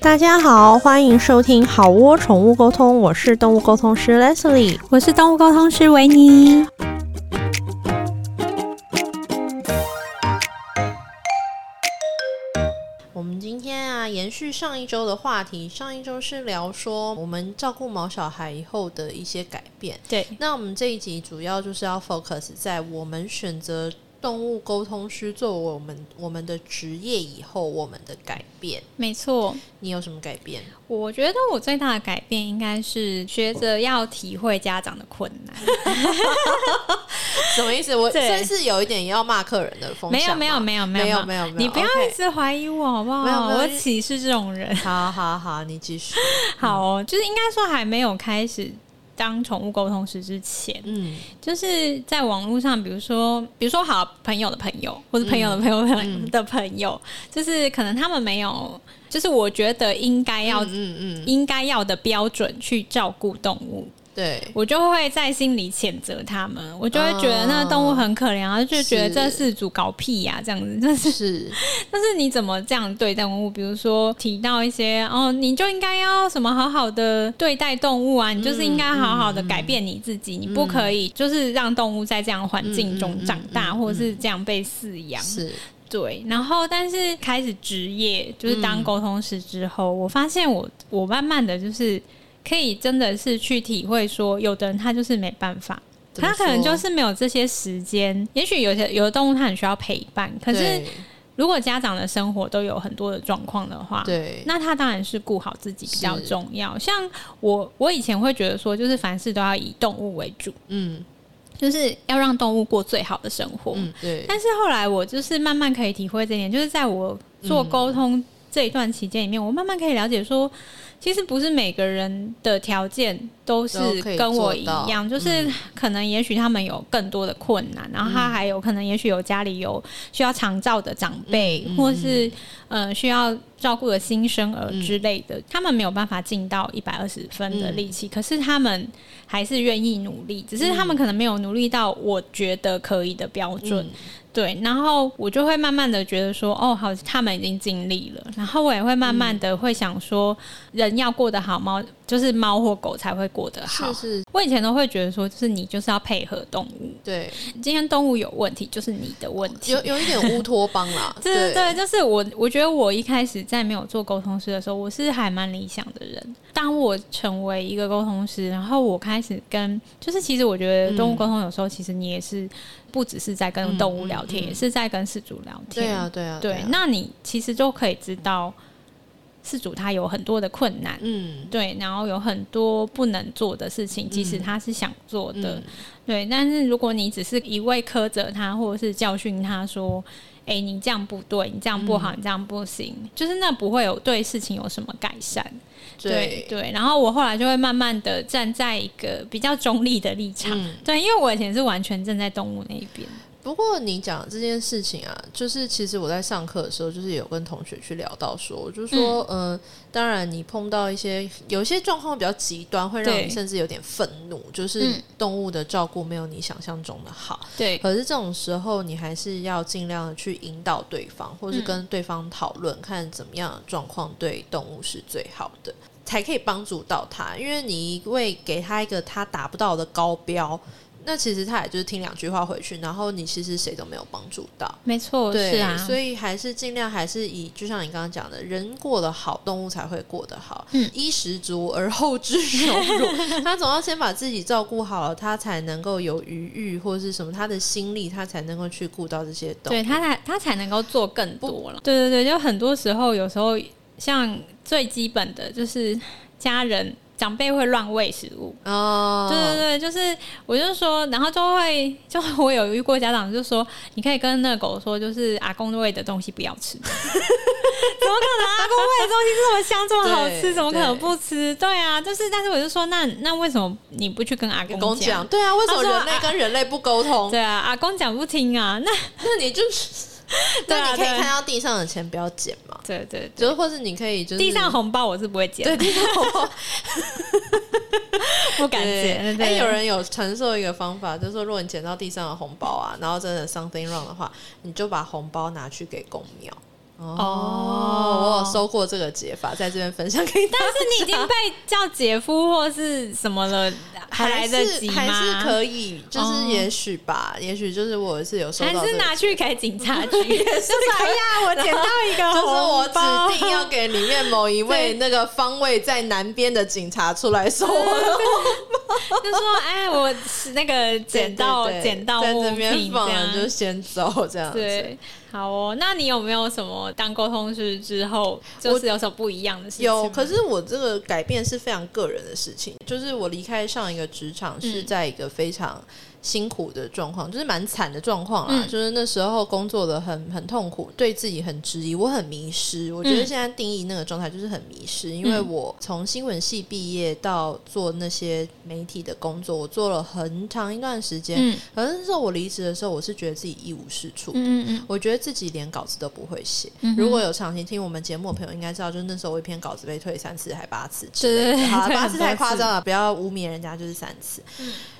大家好，欢迎收听好窝宠物沟通，我是动物沟通师 Leslie。我是动物沟通师维尼。我们今天啊，延续上一周的话题，上一周是聊说我们照顾毛小孩以后的一些改变。对，那我们这一集主要就是要 focus 在我们选择动物沟通师作为我们我们的职业以后，我们的改变。没错。你有什么改变？我觉得我最大的改变应该是学着要体会家长的困 难。什么意思？我 对算是有一点要骂客人的风没有，向没有，吗没有，没有，没有，没有你不要 OK 一直怀疑我好不好？没有没有嗯我因为歧视这种人。好好好，你继续。好、哦，就是应该说还没有开始当宠物沟通师之前，嗯，就是在网络上，比如说，比如说好朋友的朋友，或者朋友的朋友的嗯的朋友，就是可能他们没有，就是我觉得应该要、嗯嗯，应该要的标准去照顾动物，对，我就会在心里谴责他们，我就会觉得那个动物很可怜，然后就觉得是这是主搞屁呀、这样子，但是是，但是你怎么这样对待动物？比如说提到一些哦，你就应该要什么好好的对待动物啊，你就是应该好好的改变你自己，你不可以就是让动物在这样的环境中长大，或者是这样被饲养。是，对，然后但是开始职业，嗯就是当沟通师之后，我发现我我慢慢的就是可以真的是去体会说，有的人他就是没办法。怎么他可能说就是没有这些时间，也许有些有的动物它很需要陪伴，可是对如果家长的生活都有很多的状况的话，对，啊那他当然是顾好自己比较重要。像我，我以前会觉得说，就是凡事都要以动物为主，嗯就是要让动物过最好的生活。嗯，对，但是后来我就是慢慢可以体会这一点，就是在我做沟通这一段期间里面，我慢慢可以了解说，其实不是每个人的条件都是都可以跟我一做到嗯样，就是可能也许他们有更多的困难，然后他还有可能也许有家里有需要长照的长辈，嗯嗯或是呃需要照顾的新生儿之类嗯的，他们没有办法尽到一百二十分的力气，可是他们还是愿意努力，只嗯是他们可能没有努力到我觉得可以的标准。嗯对，然后我就会慢慢的觉得说，哦，好，他们已经尽力了，然后我也会慢嗯慢的会想说，人要过得好，猫就是猫或狗才会过得好。是是，我以前都会觉得说，就是你就是要配合动物，对，今天动物有问题就是你的问题。，有有一点乌托邦啦 对对，就是我，我觉得我一开始在没有做沟通师的时候，我是还蛮理想的人。当我成为一个沟通师，然后我开始跟，就是其实我觉得动物沟通有时候其实你也是不只是在跟动物聊嗯嗯天，嗯嗯也是在跟事主聊天。对啊对啊对，啊那你其实就可以知道事主他有很多的困难。嗯对，然后有很多不能做的事情，即使嗯他是想做的，嗯对，但是如果你只是一味苛责他，或者是教训他说：“哎、你这样不对，你这样不好，嗯你这样不行”，就是那不会有对事情有什么改善。对对，然后我后来就会慢慢的站在一个比较中立的立场。嗯对，因为我以前是完全站在动物那一边。不过你讲这件事情啊，就是其实我在上课的时候，就是有跟同学去聊到说，我就说，嗯呃，当然你碰到一些有一些状况比较极端，会让对你甚至有点愤怒，就是嗯动物的照顾没有你想象中的好。对，可是这种时候，你还是要尽量的去引导对方，或是嗯跟对方讨论，看怎么样的状况对动物是最好的，才可以帮助到他。因为你会给他一个他达不到的高标，那其实他也就是听两句话回去，然后你其实谁都没有帮助到。没错，对，是啊，所以还是尽量还是以，就像你刚刚讲的，人过得好，动物才会过得好。嗯衣食足而后知荣 辱，他总要先把自己照顾好了，他才能够有余裕或是什么，他的心力，他才能够去顾到这些动物。对他才他才能够做更多了。对对对，就很多时候有时候像最基本的就是家人长辈会乱喂食物。哦，对对对，就是我就说，然后就会就我有遇过家长就说，你可以跟那个狗说，就是阿公喂的东西不要吃。怎 么可能？阿公喂的东西这么香，这么好吃，对怎么可能对不吃？对啊，就是，但是我就说，那那为什么你不去跟阿跟公公讲？讲，对啊，为什么他说人类啊跟人类不沟通？ 对啊，阿公讲不听啊，那那你就是， 对啊那你可以对看到地上的钱不要捡嘛，对对对，就是或是你可以就是地上红包我是不会捡的，对地上红包不敢捡。对对哎、有人有传授一个方法，就是说，如果你捡到地上的红包啊，然后真的 something wrong 的话，你就把红包拿去给公庙。哦，我有收过这个解法，在这边分享给大家。 但是你已经被叫姐夫或是什么了， 还来得及吗？ 还是可以，就是哦也许吧，也许就是我是有收到、还这个是拿去给警察局？ 是可以哎呀，我捡到一个就是我红包，指定要给里面某一位对那个方位在南边的警察出来收我的就说哎，我是那个 捡到对对对捡到在物这边品放这了样就先走这样子。对，好哦。那你有没有什么当沟通师之后，就是有什么不一样的事情吗？有，可是我这个改变是非常个人的事情，就是我离开上一个职场是嗯在一个非常辛苦的状况，就是蛮惨的状况啦。嗯就是那时候工作的很很痛苦，对自己很质疑，我很迷失。我觉得嗯现在定义那个状态就是很迷失，因为嗯我从新闻系毕业到做那些媒体的工作，我做了很长一段时间。嗯可是那时候我离职的时候，我是觉得自己一无是处的嗯嗯我觉得自己连稿子都不会写。嗯哼如果有长期听我们节目的朋友应该知道，就是那时候我一篇稿子被退三次还八次之类的，对对对好啦对八很次多太夸次张了，不要污蔑人家，就是三次。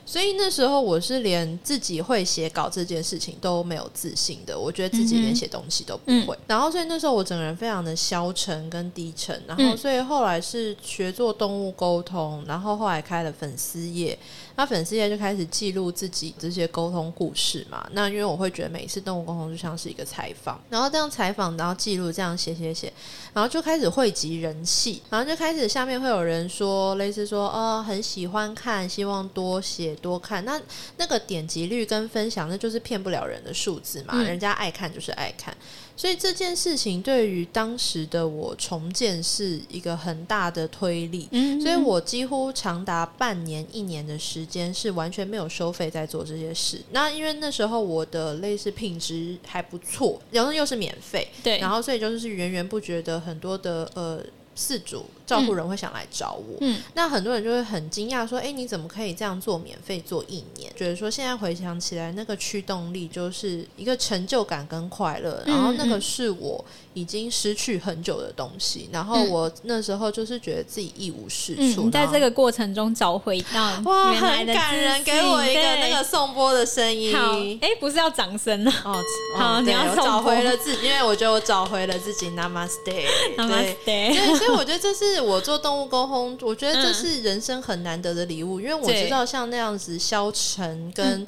所以那时候我是连自己会写稿这件事情都没有自信的，我觉得自己嗯连哼嗯写东西都不会。然后所以那时候我整个人非常的消沉跟低沉，然后嗯所以后来是学做动物沟通，然后后来开了粉丝业，那粉丝业就开始记录自己这些沟通故事嘛。那因为我会觉得每一次动物沟通就像是一个采访，然后这样采访，然后记录，这样写写写，然后就开始汇集人气，然后就开始下面会有人说，类似说，哦，很喜欢看，希望多写多看。那那个点击率跟分享，那就是骗不了人的数字嘛，嗯人家爱看就是爱看。所以这件事情对于当时的我重建是一个很大的推力，嗯所以我几乎长达半年、一年的时间是完全没有收费在做这些事。那因为那时候我的类似品质还不错，然后又是免费，对，嗯然后后所以就是源源不绝的很多的呃事主照顾人会想来找我。嗯那很多人就会很惊讶说：“哎、你怎么可以这样做，免费做一年？”觉得说现在回想起来，那个驱动力就是一个成就感跟快乐，嗯然后那个是我已经失去很久的东西。然后我那时候就是觉得自己一无是嗯，处。你在然后这个过程中找回到哇，原来很的感人，自给信我一个那对个颂钵的声音。好，哎、不是要掌声啊，哦，好哦你对要我送找钵回了自己，因为我觉得我找回了自己。Namaste，对 Namaste 对，所以我觉得这是我做动物沟通，我觉得嗯这是人生很难得的礼物，因为我知道像那样子消沉嗯跟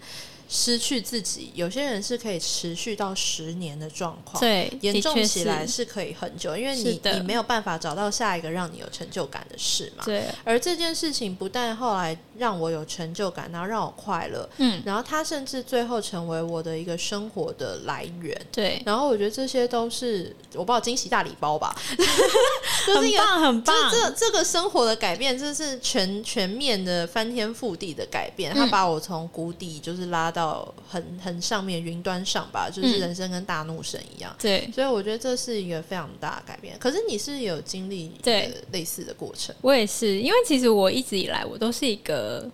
失去自己，有些人是可以持续到十年的状况。对，哦严的重确起来是是可以很久，因为是你的你没有办法找到下一个让你有成就感的事嘛。对，而这件事情不但后来让我有成就感，然后让我快乐，嗯，然后它甚至最后成为我的一个生活的来源。对，然后我觉得这些都是我不知道惊喜大礼包吧， 就是一很个棒，很就棒，是这这个生活的改变，这是全全面的翻天覆地的改变。他嗯把我从谷底就是拉到很很上面云端上吧，就是嗯人生跟大怒神一样。对。所以我觉得这是一个非常大的改变。可是你是有经历对呃类似的过程，我也是，因为其实我一直以来我都是一个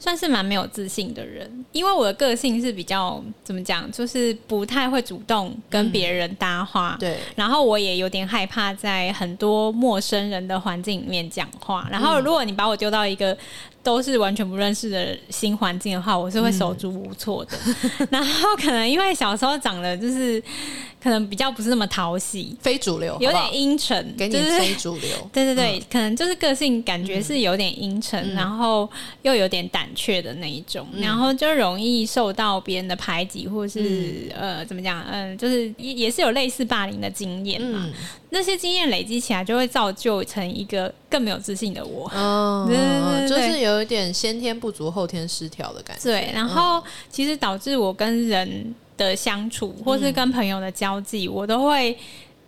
算是蛮没有自信的人，因为我的个性是比较怎么讲，就是不太会主动跟别人搭话。嗯对，然后我也有点害怕在很多陌生人的环境里面讲话。然嗯后如果你把我丢到一个都是完全不认识的新环境的话，我是会手足无措 的。然后可能因为小时候长得就是可能比较不是那么讨喜，非主流，有好不好点阴沉，给你就是非主流， 对对对，可能就是个性感觉是有点阴沉，然后又有点胆怯的那一种，然后就容易受到别人的排挤，或是、呃怎么讲，嗯、就是也也是有类似霸凌的经验嘛。嗯那些经验累积起来，就会造就成一个更没有自信的我。嗯，对对对就对是有一点先天不足后天失调的感觉。对，然嗯后其实导致我跟人的相处，或是跟朋友的交际，我都会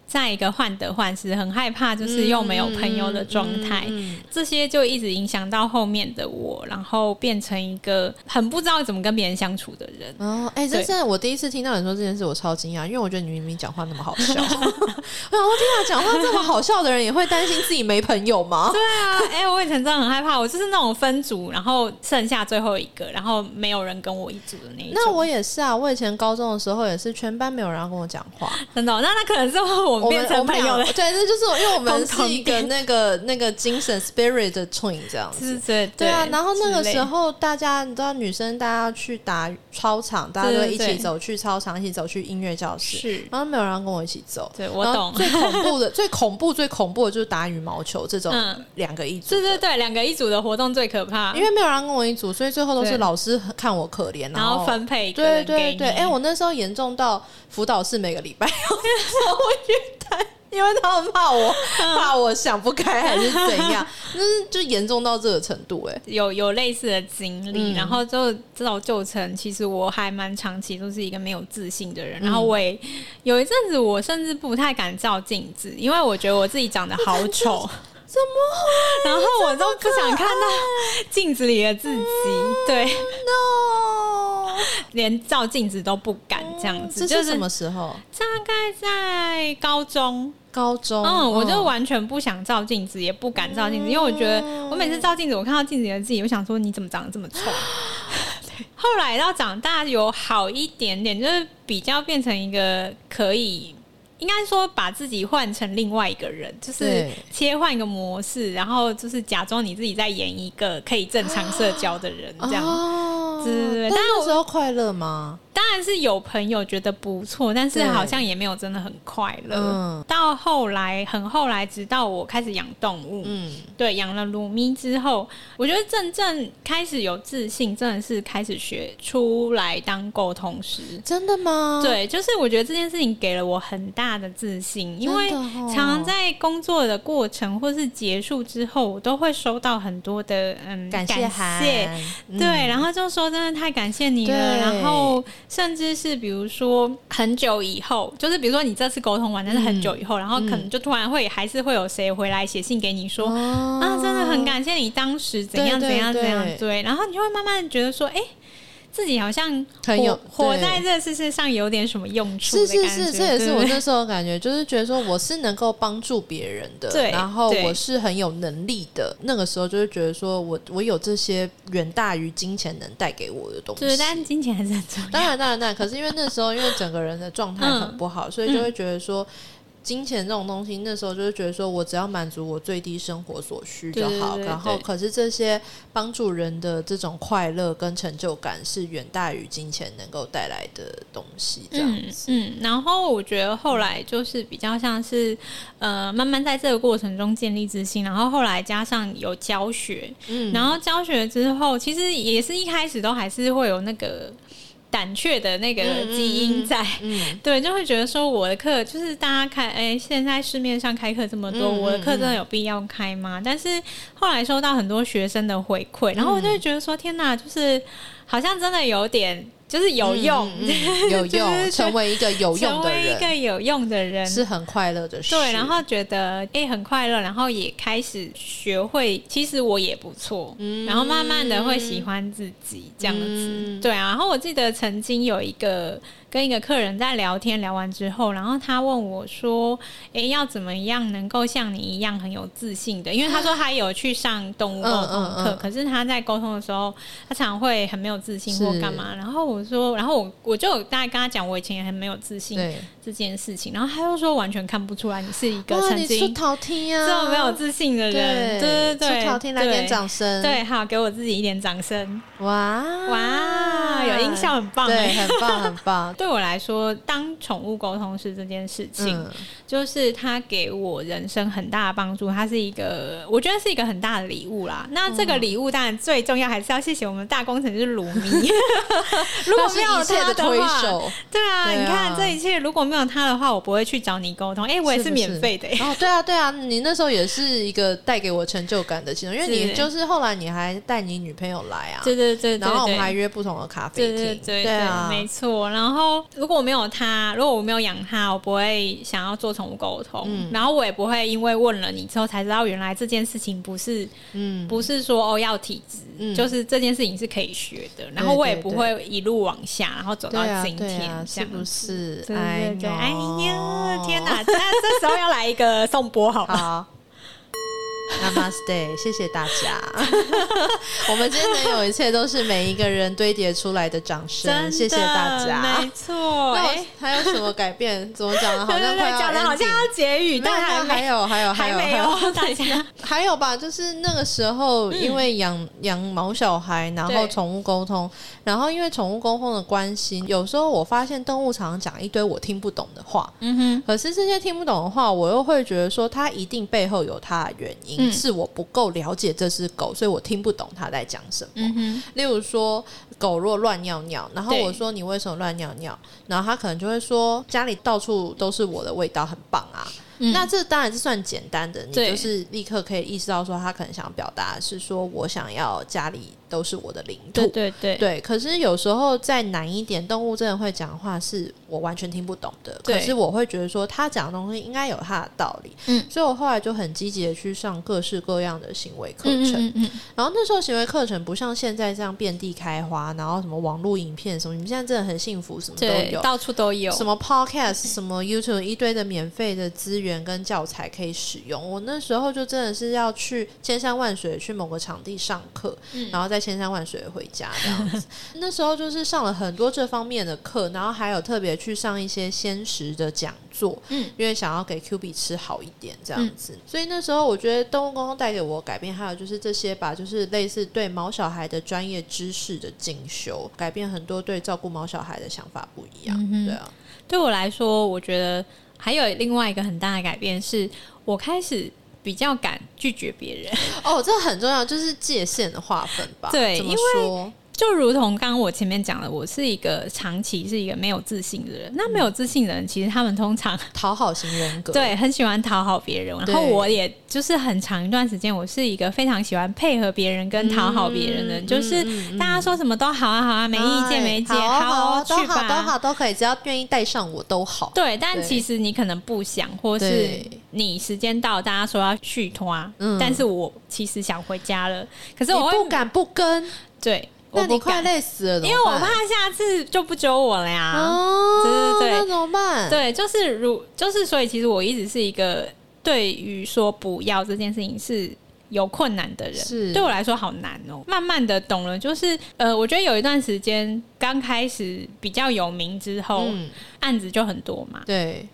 在一个患得患失，很害怕，就是又没有朋友的状态。嗯这些就一直影响到后面的我，然后变成一个很不知道怎么跟别人相处的人。哦，哎、这对真的，我第一次听到你说这件事，我超惊讶，因为我觉得你明明讲话那么 好笑，我想说天啊，讲话这么好笑的人也会担心自己没朋友 吗？对啊，哎、我以前真的很害怕，我就是那种分组，然后剩下最后一个，然后没有人跟我一组的那一种。那我也是啊，我以前高中的时候也是，全班没有人要跟我讲话，真的哦、那那可能是我们变成我们朋俩友了，对，这就是我因为我们共同是一个点那个那个精神 spirit 的 twin 这样子。是对对啊，然后那个之类时候大家你知道，女生大家去打操场，大家对都对一对起走去操场，一起走去音乐教室，是然后没有人要跟我一起走。对我然后懂最恐怖的、 最恐怖、最恐怖的就是打羽毛球这种嗯两个一组对对的，对，两个一组的活动最可怕，因为没有人要跟我一组，所以最后都是对老师很看我可怜，然后后分配一个对人给对你对，哎、我那时候严重到辅导室每个礼拜要找我去谈，因为他们怕我怕我想不开还是怎 样，就是就严重到这个程度、哎，有有类似的经历，嗯然后就造就成，其实我还蛮长期都是一个没有自信的人。嗯然后我也有一阵子，我甚至不太敢照镜子，因为我觉得我自己长得好丑， 怎么然后我都不想看到镜子里的自己，嗯对， no？连照镜子都不敢这样这子。嗯就是什么时候？大概在高中，高中？嗯，我就完全不想照镜子，也不敢照镜子，因为我觉得哦我每次照镜子，我看到镜子里的自己，我想说你怎么长得这么丑。 对后来到长大有好一点点，就是比较变成一个可以，应该说把自己换成另外一个人，就是对切换一个模式，然后就是假装你自己在演一个可以正常社交的人这样。哦对对对但但那我时候快乐吗？当然是有朋友觉得不错，但是对好像也没有真的很快乐。嗯到后来，很后来，直到我开始养动物，嗯，对，养了鲁咪之后，我觉得真正开始有自信，真的是开始学出来当沟通师。真的吗？，对，就是我觉得这件事情给了我很大的自信，因为真的哦常常在工作的过程或是结束之后，我都会收到很多的嗯感谢谢函，嗯对，然后就说真的太感谢你了，对然后甚至是比如说很久以后，就是比如说你这次沟通完，但是嗯很久以后，然后可能就突然会还是会有谁回来写信给你说、哦啊，真的很感谢你当时怎样对怎对样怎样，对对，然后你就会慢慢觉得说，哎、自己好像很有活活对在这世界上有点什么用处是的是感是，觉这也对是我对那时候的感觉，就是觉得说我是能够帮助别人的，对然后对我是很有能力的。那个时候就是觉得说我我有这些远大于金钱能带给我的东西 对，。但金钱还是很重 要。当然当然当然，可是因为那时候因为整个人的状嗯态很不好，所以就会觉得说。金钱这种东西，那时候就是觉得说，我只要满足我最低生活所需就对对好。对对然后，可是这些帮助人的这种快乐跟成就感，是远大于金钱能够带来的东西。这样子，嗯。嗯，然后我觉得后来就是比较像是，呃，慢慢在这个过程中建立自信，然后后来加上有教学，嗯然后教学之后，其实也是一开始都还是会有那个胆怯的那个嗯嗯基嗯因在。嗯，对，就会觉得说我的课就是大家开，哎、现在市面上开课这么多，嗯我的课真嗯的有必要开吗？但是后来收到很多学生的回馈，然后我就会觉得说，天哪，就是好像真的有点，就是有用， 嗯嗯有就是觉用，得成为一个有用成的为一人个有用的人。是很快乐的事。对，然后觉得哎、诶很快乐，然后也开始学会，其实我也不错，然后慢慢的会喜欢自己这样子。嗯对啊，然后我记得曾经有一个跟一个客人在聊天，聊完之后，然后他问我说：“哎、要怎么样能够像你一样很有自信的？”因为他说他有去上动物沟通嗯嗯课，嗯可是他在沟通的时候，他常会很没有自信或是干嘛。然后我说，然后我我就有大概跟他讲，我以前也很没有自信，对，这件事情，然后他又说完全看不出来你是一个哇，曾哦你出经逃听啊呀，这么没有自信的人，对对对，出逃听来对点，掌声，对，好，给我自己一点掌声，哇哇，有音效，很棒对，哎。很棒很棒， 对我来说，当宠物沟通师这件事情，嗯就是它给我人生很大的帮助，它是一个，我觉得是一个很大的礼物啦。那这嗯个礼物当然最重要，还是要谢谢我们大工程师鲁 咪。如果没有他是一切他的推话，手，对啊，对啊你看这一切，如果没有他的话，我不会去找你沟通。哎、我也是是不免费 的、哦，对啊，对啊，你那时候也是一个带给我成就感的其中，因为你是就是后来你还带你女朋友来啊，对对对对然后我们还对约不同的咖啡对厅，对对对啊，没错。然后如果我没有他，如果我没有养他，我不会想要做宠物沟通，嗯然后我也不会因为问了你之后才知道，原来这件事情不是嗯，不是说哦要体质，嗯就是这件事情是可以学的。然后我也不会一路往下，然后走对到啊，今对天，啊，这是样不是？对对对，哎呦呦，天哪！那这时候要来一个颂钵好吗？好。 Namaste，谢谢大 家。我们今天能有一切，都是每一个人堆叠出来的掌声，真谢谢大家没。那错。哎我还有什么改变？ 怎么讲的？好对像对快要对，讲的好像 ending 要结语，没有但还还没有还有还有没哦还有有， 大家还有吧，就是那个时候，嗯因为养养毛小孩，然后对宠物沟通，然后因为宠物沟通的关系，有时候我发现动物常常讲一堆我听不懂的话，嗯哼，可是这些听不懂的话，我又会觉得说，它一定背后有它的原因，嗯是我不够了解这只狗，所以我听不懂它在讲什么。嗯哼，例如说，狗若乱尿尿，然后对我说你为什么乱尿尿，然后它可能就会说家里到处都是我的味道，很棒啊。嗯那这当然是算简单的，你对就是立刻可以意识到说，他可能想表达的是说我想要家里都是我的领土。对对对，对，可是有时候再难一点，动物真的会讲话是我完全听不懂的。对可是我会觉得说，他讲的东西应该有他的道理。嗯，所以我后来就很积极的去上各式各样的行为课嗯程。嗯嗯，然后那时候行为课程不像现在这样遍地开花，然后什么网络影片什么，你们现在真的很幸福，什么都对，有。到处都有，什么 podcast、什么 YouTube 一堆的免费的资源跟教材可以使用。我那时候就真的是要去千山万水去某个场地上课，嗯然后再千山万水回家这样子。 那时候就是上了很多这方面的课，然后还有特别去上一些鲜食的讲座，嗯，因为想要给 Q B 吃好一点这样子。所以那时候我觉得动物沟通带给我的改变，还有就是这些吧，就是类似对毛小孩的专业知识的进修，改变很多对照顾毛小孩的想法不一样。嗯哼对啊。对我来说，我觉得还有另外一个很大的改变是，我开始比较敢拒绝别人。 哦，这很重要，就是界限的划分吧。对怎么因说？就如同刚刚我前面讲的，我是一个长期是一个没有自信的人。那没有自信的人，其实他们通常讨好型人格。对很喜欢讨好别人。然后对我也就是很长一段时间，我是一个非常喜欢配合别人跟讨好别人的人，嗯就是嗯嗯大家说什么都好啊好啊，没哎，意见没意见，好啊好啊好都去好，都吧。好，都可以，只要愿意带上我都好。对，但对其实你可能不想，或是对你时间到，大家说要续拖，啊嗯但是我其实想回家了，可是你我会不敢不跟，对，我那不你快敢，累死了，因为我怕下次就不揪我了呀。哦，对对对那怎么办？，对，就是如就是，所以其实我一直是一个对于说不要这件事情是有困难的人，是对我来说好难哦。慢慢的懂了，就是呃，我觉得有一段时间刚开始比较有名之后，嗯，案子就很多嘛，对，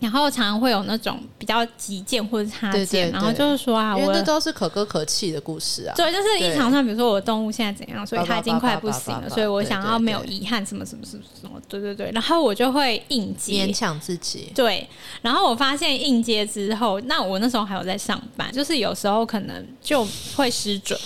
然后常常会有那种比较急件或者插对件，对对然后就是说啊，因为我那都是可歌可泣的故事啊。对，就是一对长串，比如说我的动物现在怎样，所以它已经快不行叭叭叭叭叭了，所以我对想对要没有对遗憾，什么什么什么什么，对对对，然后我就会应接勉。强自己，对，然后我发现应接之后，那我那时候还有在上班，就是有时候可能就会失准，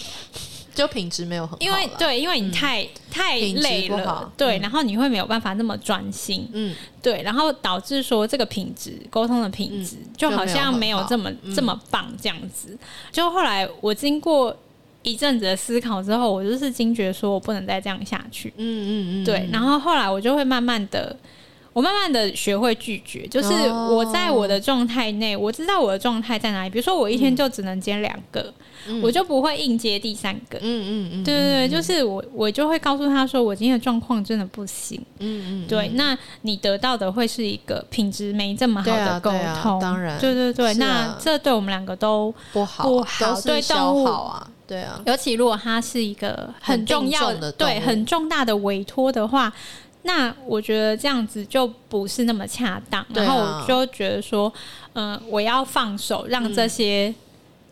就品质没有很好啦，嗯因为对，因为你太、太品质累不了好，对，嗯然后你会没有办法那么专心，嗯，对，然后导致说这个品质沟通的品质、就好像没有这么嗯这么棒这样子。就后来我经过一阵子的思考之后，我就是惊觉说我不能再这样下去。嗯嗯嗯嗯，对，然后后来我就会慢慢的，我慢慢的学会拒绝，就是哦我在我的状态内，我知道我的状态在哪里。比如说我一天就只能接两个，嗯我就不会硬接第三个。嗯嗯嗯，对对对，就是我，我就会告诉他说，我今天的状况真的不行。嗯嗯，对，那你得到的会是一个品质没这么好对啊的沟对啊通，当然对对对，是啊那这对我们两个都，不好不都好是对消动物耗啊，对啊，尤其如果它是一个很重定要重的动物对很重大的委托的话，那我觉得这样子就不是那么恰当，对啊然后我就觉得说，嗯、我要放手，让这些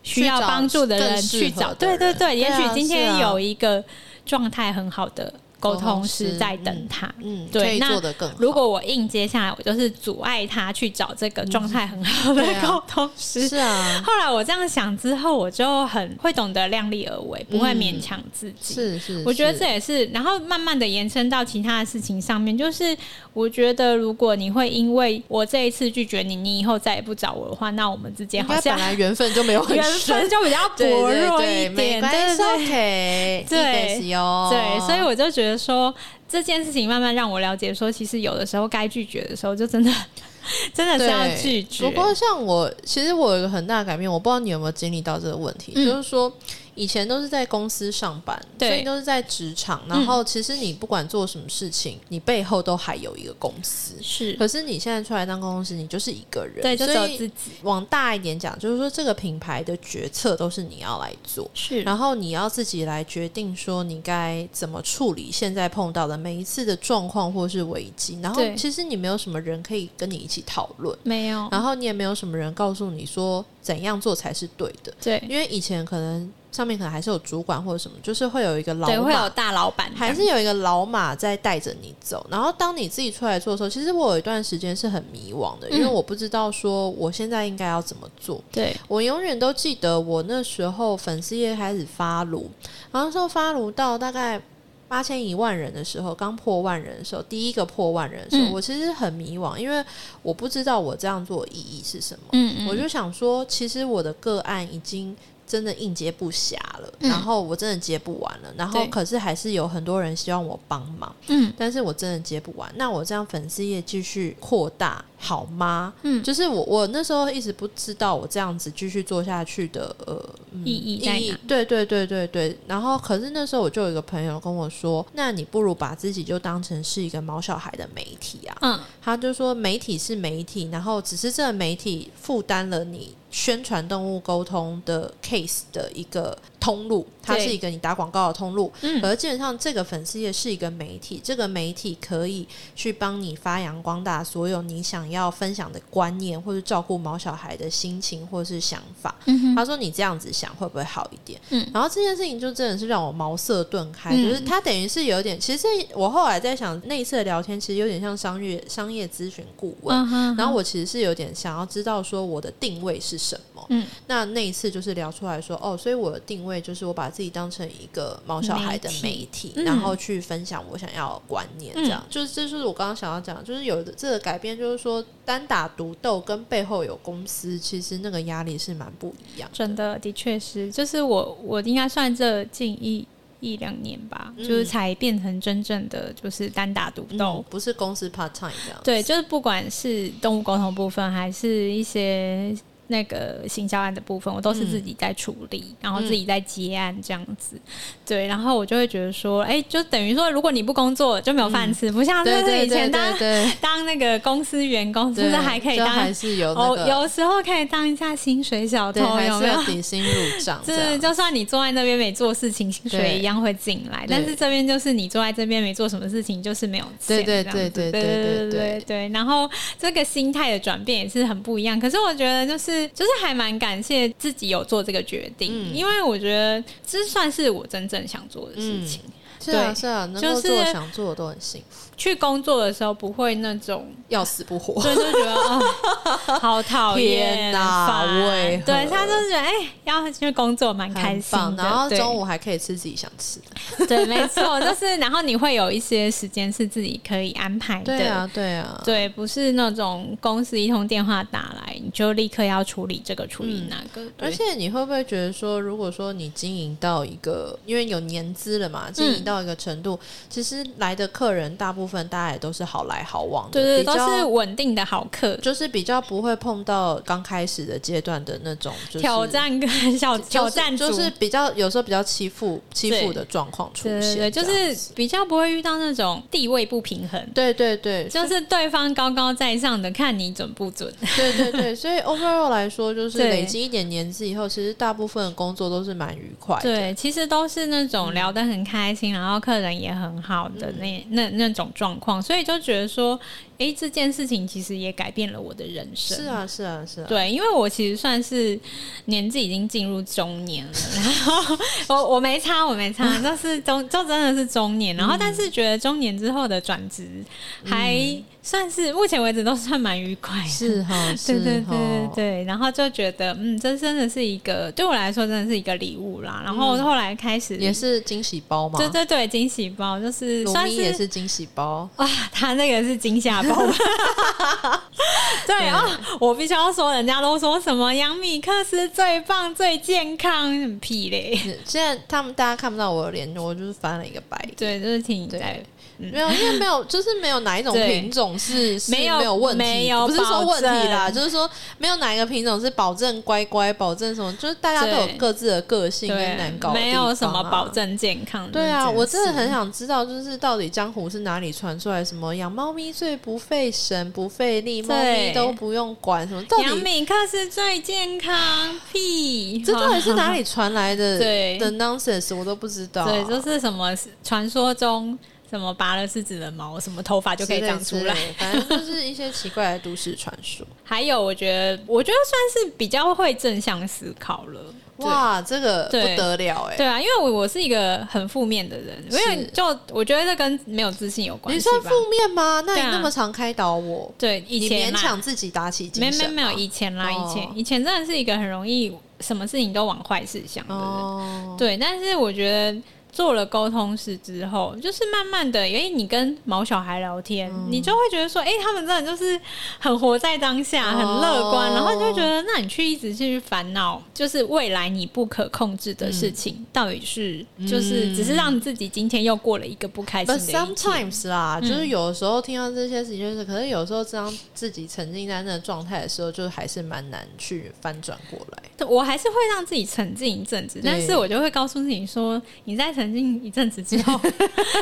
需要去找帮助的人更适合去找，的对对人对，也对啊许今天是啊有一个状态很好的沟沟通通师师在嗯等他，嗯，对可以那做得更好。如果我硬接下来，我就是阻碍他去找这个状态很好的嗯对啊沟通师。是啊，后来我这样想之后，我就很会懂得量力而为，不会勉强自己。嗯是是，我觉得是这也是，然后慢慢的延伸到其他的事情上面，就是我觉得如果你会因为我这一次拒绝你，你以后再也不找我的话，那我们之间应好该本像来缘分就没有很缘深分就比较对薄对弱对一没点，关对系哦，OK，对对。 对一辈子哟，对，所以我就觉得说这件事情慢慢让我了解，说其实有的时候该拒绝的时候，就真的 真的是要对拒绝。不过像我，其实我有一个很大的改变，我不知道你有没有经历到这个问题，嗯就是说，以前都是在公司上班，对嗯所以都是在职场。然后其实你不管做什么事情，你背后都还有一个公司。是可是你现在出来当公司，你就是一个人，对，就只有所自以己往大一点讲，就是说这个品牌的决策都是你要来做。是然后你要自己来决定说你该怎么处理现在碰到的每一次的状况或是危机。然后对其实你没有什么人可以跟你一起讨论，没有，然后你也没有什么人告诉你说怎样做才是对的，对因为以前可能上面可能还是有主管或者什么，就是会有一个老对，会有马。大老板这还样，是有一个老马在带着你走，然后当你自己出来做的时候，其实我有一段时间是很迷惘的，因为嗯我不知道说我现在应该要怎么做。对我永远都记得我那时候粉丝页开始发炉，然后那时候发炉到大概八千一万人的时候，刚破万人的时候，第一个破万人的时候，嗯我其实很迷惘，因为我不知道我这样做的意义是什么。嗯嗯，我就想说，其实我的个案已经真的应接不暇了，嗯然后我真的接不完了，然后对可是还是有很多人希望我帮忙，嗯但是我真的接不完。那我这样粉丝业继续扩大好吗？嗯就是我我那时候一直不知道我这样子继续做下去的呃、嗯意义在哪对对对对对。然后可是那时候我就有一个朋友跟我说，那你不如把自己就当成是一个毛小孩的媒体啊。嗯他就说媒体是媒体，然后只是这个媒体负担了你宣传动物沟通的 case 的一个通路，它对是一个你打广告的通路。嗯而基本上，这个粉丝页是一个媒体，这个媒体可以去帮你发扬光大所有你想要分享的观念，或是照顾毛小孩的心情或是想法。嗯哼他说：“你这样子想会不会好一点？”嗯然后这件事情就真的是让我茅塞顿开，嗯就是他等于是有点，其实我后来在想那一次的聊天，其实有点像商业商业咨询顾问。嗯哼，然后我其实是有点想要知道说我的定位是什么。嗯，那那一次就是聊出来说，哦，所以我的定位就是我把自己当成一个毛小孩的媒媒体，嗯然后去分享我想要的观念，这样、就是这就是我刚刚想要讲，就是有的这个改变，就是说单打独斗跟背后有公司，其实那个压力是蛮不一样的。真的，的确是，就是我我应该算这近一一两年吧，嗯就是才变成真正的就是单打独斗嗯。不是公司 part time 这样，对，就是不管是动物沟通部分，还是一些那个行销案的部分，我都是嗯自己在处理，然后自己在接案这样子。对，然后我就会觉得说，哎、就等于说，如果你不工作就没有饭吃，不像就对是对以前对当对对，当那个公司员工，是对 不是还可以就当？还是有那哦，个。有时候可以当一下薪水小偷对，，还有是没有要？底薪入账，这是，样。就算你坐在那边没做事情，薪水对一样会进来。对但是这边就是你坐在这边没做什么事情，就是没有钱。对对这样子对对对对对对对对对。然后这个心态的转变也是很不一样。可是我觉得就是就是还蛮感谢自己有做这个决定，嗯因为我觉得这算是我真正想做的事情。是啊对是啊，能就够做是想做的都很幸福，去工作的时候不会那种要死不活。对，就觉得啊、 好讨天厌，哪烦为何对，他就是觉得哎、要去工作蛮开很心棒，的，然后对中午还可以吃自己想吃的。对，没错， 就是然后你会有一些时间是自己可以安排的。对啊，对啊，对不是那种公司一通电话打来，你就立刻要处理这个处理那个，对嗯而且你会不会觉得说，如果说你经营到一个，因为有年资了嘛，经营到一个程度，其实来的客人大部分大家也都是好来好往的，对对，比都较是稳定的好客，就是比较不会碰到刚开始的阶段的那种、就是、挑战跟小就挑是战组就是比较有时候比较欺负欺负的状况出对对现，对，就这样是比较不会遇到那种地位不平衡。对对对，就是对方高高在上的，看你准不准。对对对，所以 overall 来说，就是对累积一点年资以后，其实大部分的工作都是蛮愉快的。嗯对，其实都是那种聊得很开心，然后客人也很好的那、那那种状况，所以就觉得说，哎，这件事情其实也改变了我的人生。是，啊，是啊，是啊。对，因为我其实算是年纪已经进入中年了，然后我我没差，我没嗯 差，就是中就真的是中年，然后但是觉得中年之后的转职还嗯算是、目前为止都算蛮愉快的。是哈，是 对对对对哈，对，然后就觉得，嗯，这真的是一个对我来说真的是一个礼物啦。然后后来开始嗯也，是惊喜包嘛。对对对，惊喜包就是鲁算咪也是惊喜包，哇，他那个是惊吓包。 对啊、哦，我必须要说，人家都说什么杨米克斯最棒、最健康，很屁嘞。现在他们大家看不到我的脸，我就是翻了一个白眼。对，就是听你 在对。没有，因为没有，就是没有哪一种对品种是是没有有问题，没有不是说问题啦，保证就是说有没有哪一个品种是保证乖乖，保证什么，就是大家都有各自的个性跟难搞、对，没有什么保。证健康。对啊，我真的很想。想知道，就是到底江湖是哪里传出来什么养猫咪最不费神、不费力，猫咪都不用管什么，到杨底敏克是最健康，屁！这到底是哪里传来的对的 nonsense，我都不知道。啊对，就是什么传说中什么拔了狮子的毛，什么头发就可以长出来之。类，反正就是一些奇怪的都市传说。 还有，我觉得我觉得算是比较会正向思考了。 对哇，这个不对得了哎、对啊，因为我我是一个很负面的人，因为是就我觉得这跟没有自信有关你系算吧负。面吗？那你对啊那么常开导我，对，以你前勉嘛强自己打起精没没神没吗，有以前啦，以哦前以前真的是一个很容易什么事情都往坏事想的人。哦，对，但是我觉得做了沟通师之后，就是慢慢的，因为你跟毛小孩聊天，嗯你就会觉得说，哎、他们真的就是很活在当下，很乐观，哦然后你就会觉得，那你去一直去烦恼，就是未来你不可控制的嗯事情，到底是就是只是让你自己今天又过了一个不开心 But 的一天。 sometimes 啦，嗯就是有时候听到这些事情，就是、可是有时候当自己沉浸在那个状态的时候，就还是蛮难去翻转过来。我还是会让自己沉浸一阵子，对但是我就会告诉自己说，你在沉浸一阵子之 后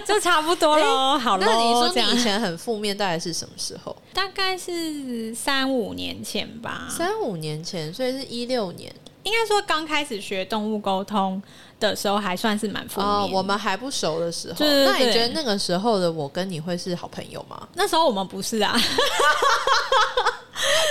就差不多喽，好喽。那你说这样你以前很负面，大概是什么时候？大概是三五年前吧，三五年前，所以是一六年应该说刚开始学动物沟通的时候还算是蛮负面的、哦，我们还不熟的时候。对对那你对觉得那个时候的我跟你会是好朋友吗？那时候我们不是啊，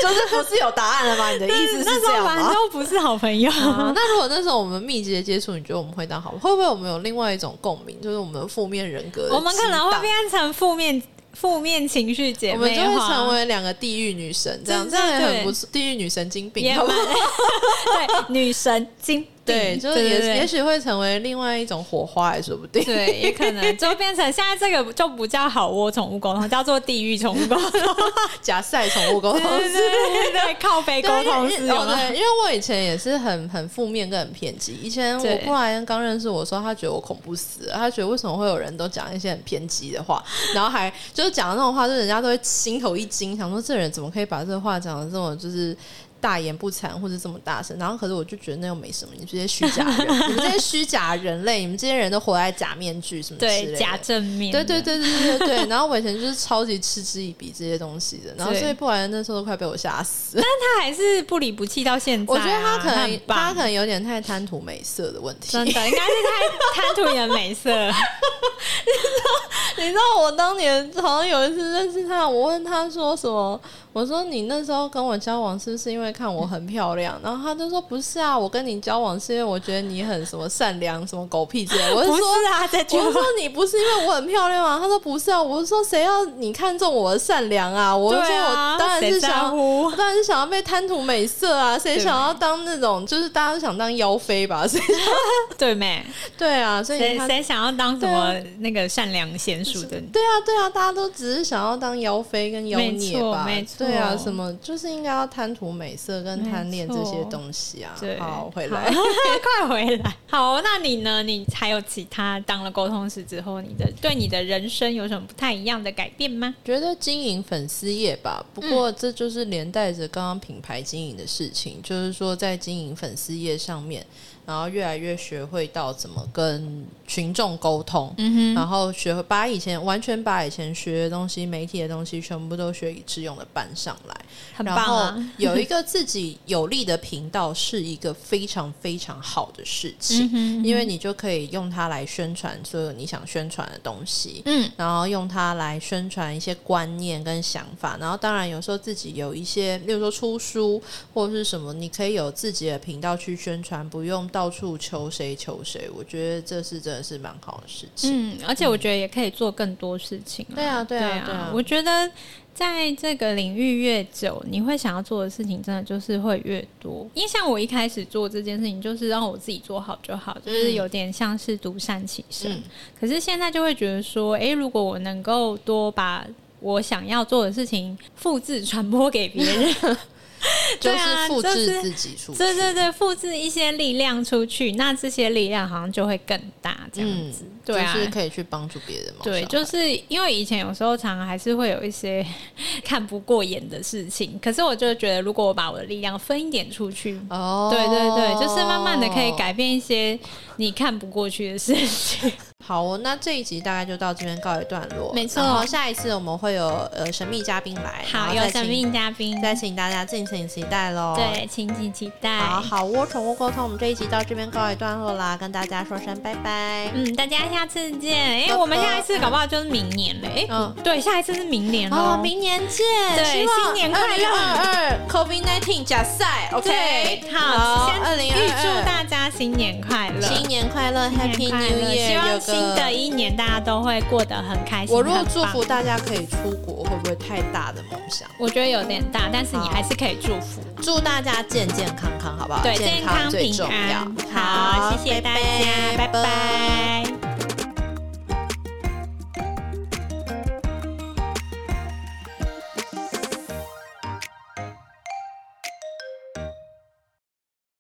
就是不是有答案了吗？你的意思是那这时样候反正吗？都不是好朋 友。啊那如果那时候我们密集的接触，你觉得我们会当好？会不会我们有另外一种共鸣，就是我们负面人格的 我们可能激会荡变成负面负面情绪姐我们妹就会花成为两个地狱女神，这样对这样也啊对很不错。地狱女神经病，也好蛮不好？ 对女神经病 对，就是也对也许会成为另外一种火花，也说不定。对，也可能就变成现在这个就不叫好窝宠物沟通，叫做地狱宠物沟 通， 假赛宠物沟通对师。对对， 靠背沟通因是为有哦吗？对，因为我以前也是很很负面跟很偏激。以前我对布莱恩刚认识我的时候，他觉得我恐怖死了，他觉得为什么会有人都讲一些很偏激的话，然后还就是讲的那种话，就是人家都会心头一惊，想说这人怎么可以把这话讲的这么就是。大言不惭或者这么大声，然后可是我就觉得那又没什么，你们这些虚假人，你们这些虚假人类，你们这些人都活在假面具什么之类对，的，假正面对的，对对对对对对。然后我以前就是超级嗤之以鼻这些东西的，然后对所以布莱恩那时候都快被我吓死。他还是不离不弃到现在我啊、觉得他可能很棒他可能有点太贪图美色的问题真。的应该是太贪图你的美色， 你知道我当年好像有一次认识他，我问他说什么？我说你那时候跟我交往是不是因为看我很漂亮？然后他就说不是啊，我跟你交往是因为我觉得你很什么善良什么狗屁之类 的。我就不说。是啊，这句我话就说你不是因为我很漂亮吗？他说不是啊，我是说谁要你看中我的善良啊？我就说对我啊当然是谁想在要，乎我当然是想要被贪图美色啊，谁对想要当那种就是大家都想当妖妃吧？谁 对没？对啊，所以谁他啊谁想要当什么那个善良娴熟的？对啊，对啊，大家都只是想要当妖妃跟妖孽吧？没错没错对啊，什么就是应该要贪图美色跟贪恋这些东西啊。对，好，回来好 快回来。好，那你呢？你还有其他当了沟通师之后，你的对你的人生有什么不太一样的改变吗？觉得经营粉丝业吧，不过嗯这就是连带着刚刚品牌经营的事情，就是说在经营粉丝业上面，然后越来越学会到怎么跟群众沟通，嗯然后学会把以前完全把以前学的东西、媒体的东西全部都学以致用的搬上来。哼，很棒然后啊！有一个自己有利的频道是一个非常非常好的事情，嗯哼因为你就可以用它来宣传所有你想宣传的东西。嗯，然后用它来宣传一些观念跟想法，然后当然有时候自己有一些，例如说出书或者是什么，你可以有自己的频道去宣传，不用到处求谁求谁。我觉得这是真的是蛮好的事情。嗯，而且我觉得也可以做更多事情、啊。对啊对啊对对啊我觉得在这个领域越久，你会想要做的事情真的就是会越多。因为像我一开始做这件事情，就是让我自己做好就好，就是有点像是独善其身。嗯可是现在就会觉得说，诶，如果我能 够多把我想要做的事情复制传播给别人，就是啊复就制是自己出去。对对对，复制一些力量出去，那这些力量好像就会更大，这样嗯子。，对啊，就是可以去帮助别人嘛。对，就是因为以前有时候常常还是会有一些 看不过眼的事情，可是我就觉得，如果我把我的力量分一点出去，哦，对对对，就是慢慢的可以改变一些你看不过去的事情。好哦，那这一集大概就到这边告一段落。没错然后下一次我们会有呃神秘嘉宾来，然好，后 有再请神秘嘉宾，再请大家敬请期待喽。。对，请请期待。好好窝宠物沟通，我们这一集到这边告一段落啦，跟大家说声拜拜。嗯，大家下次见。哎、拜拜我们下一次搞不好就是明年了。哎、呃嗯对，下一次是明年哦了。，明年见！对新年快乐二二 COVID nineteen 假赛，OK，对，好，二先零预祝二大家新年快二乐，新年快乐新年，Happy 快 New 乐 Year！希有望个新的一年大家都会过得很开心。我如果很棒祝福，大家可以出国，会不会太大的梦想？我觉得有点大，但是你还是可以祝福。祝大家健健康康，好不好？对，健健康最平重要安。。好，谢谢拜大拜家，拜拜。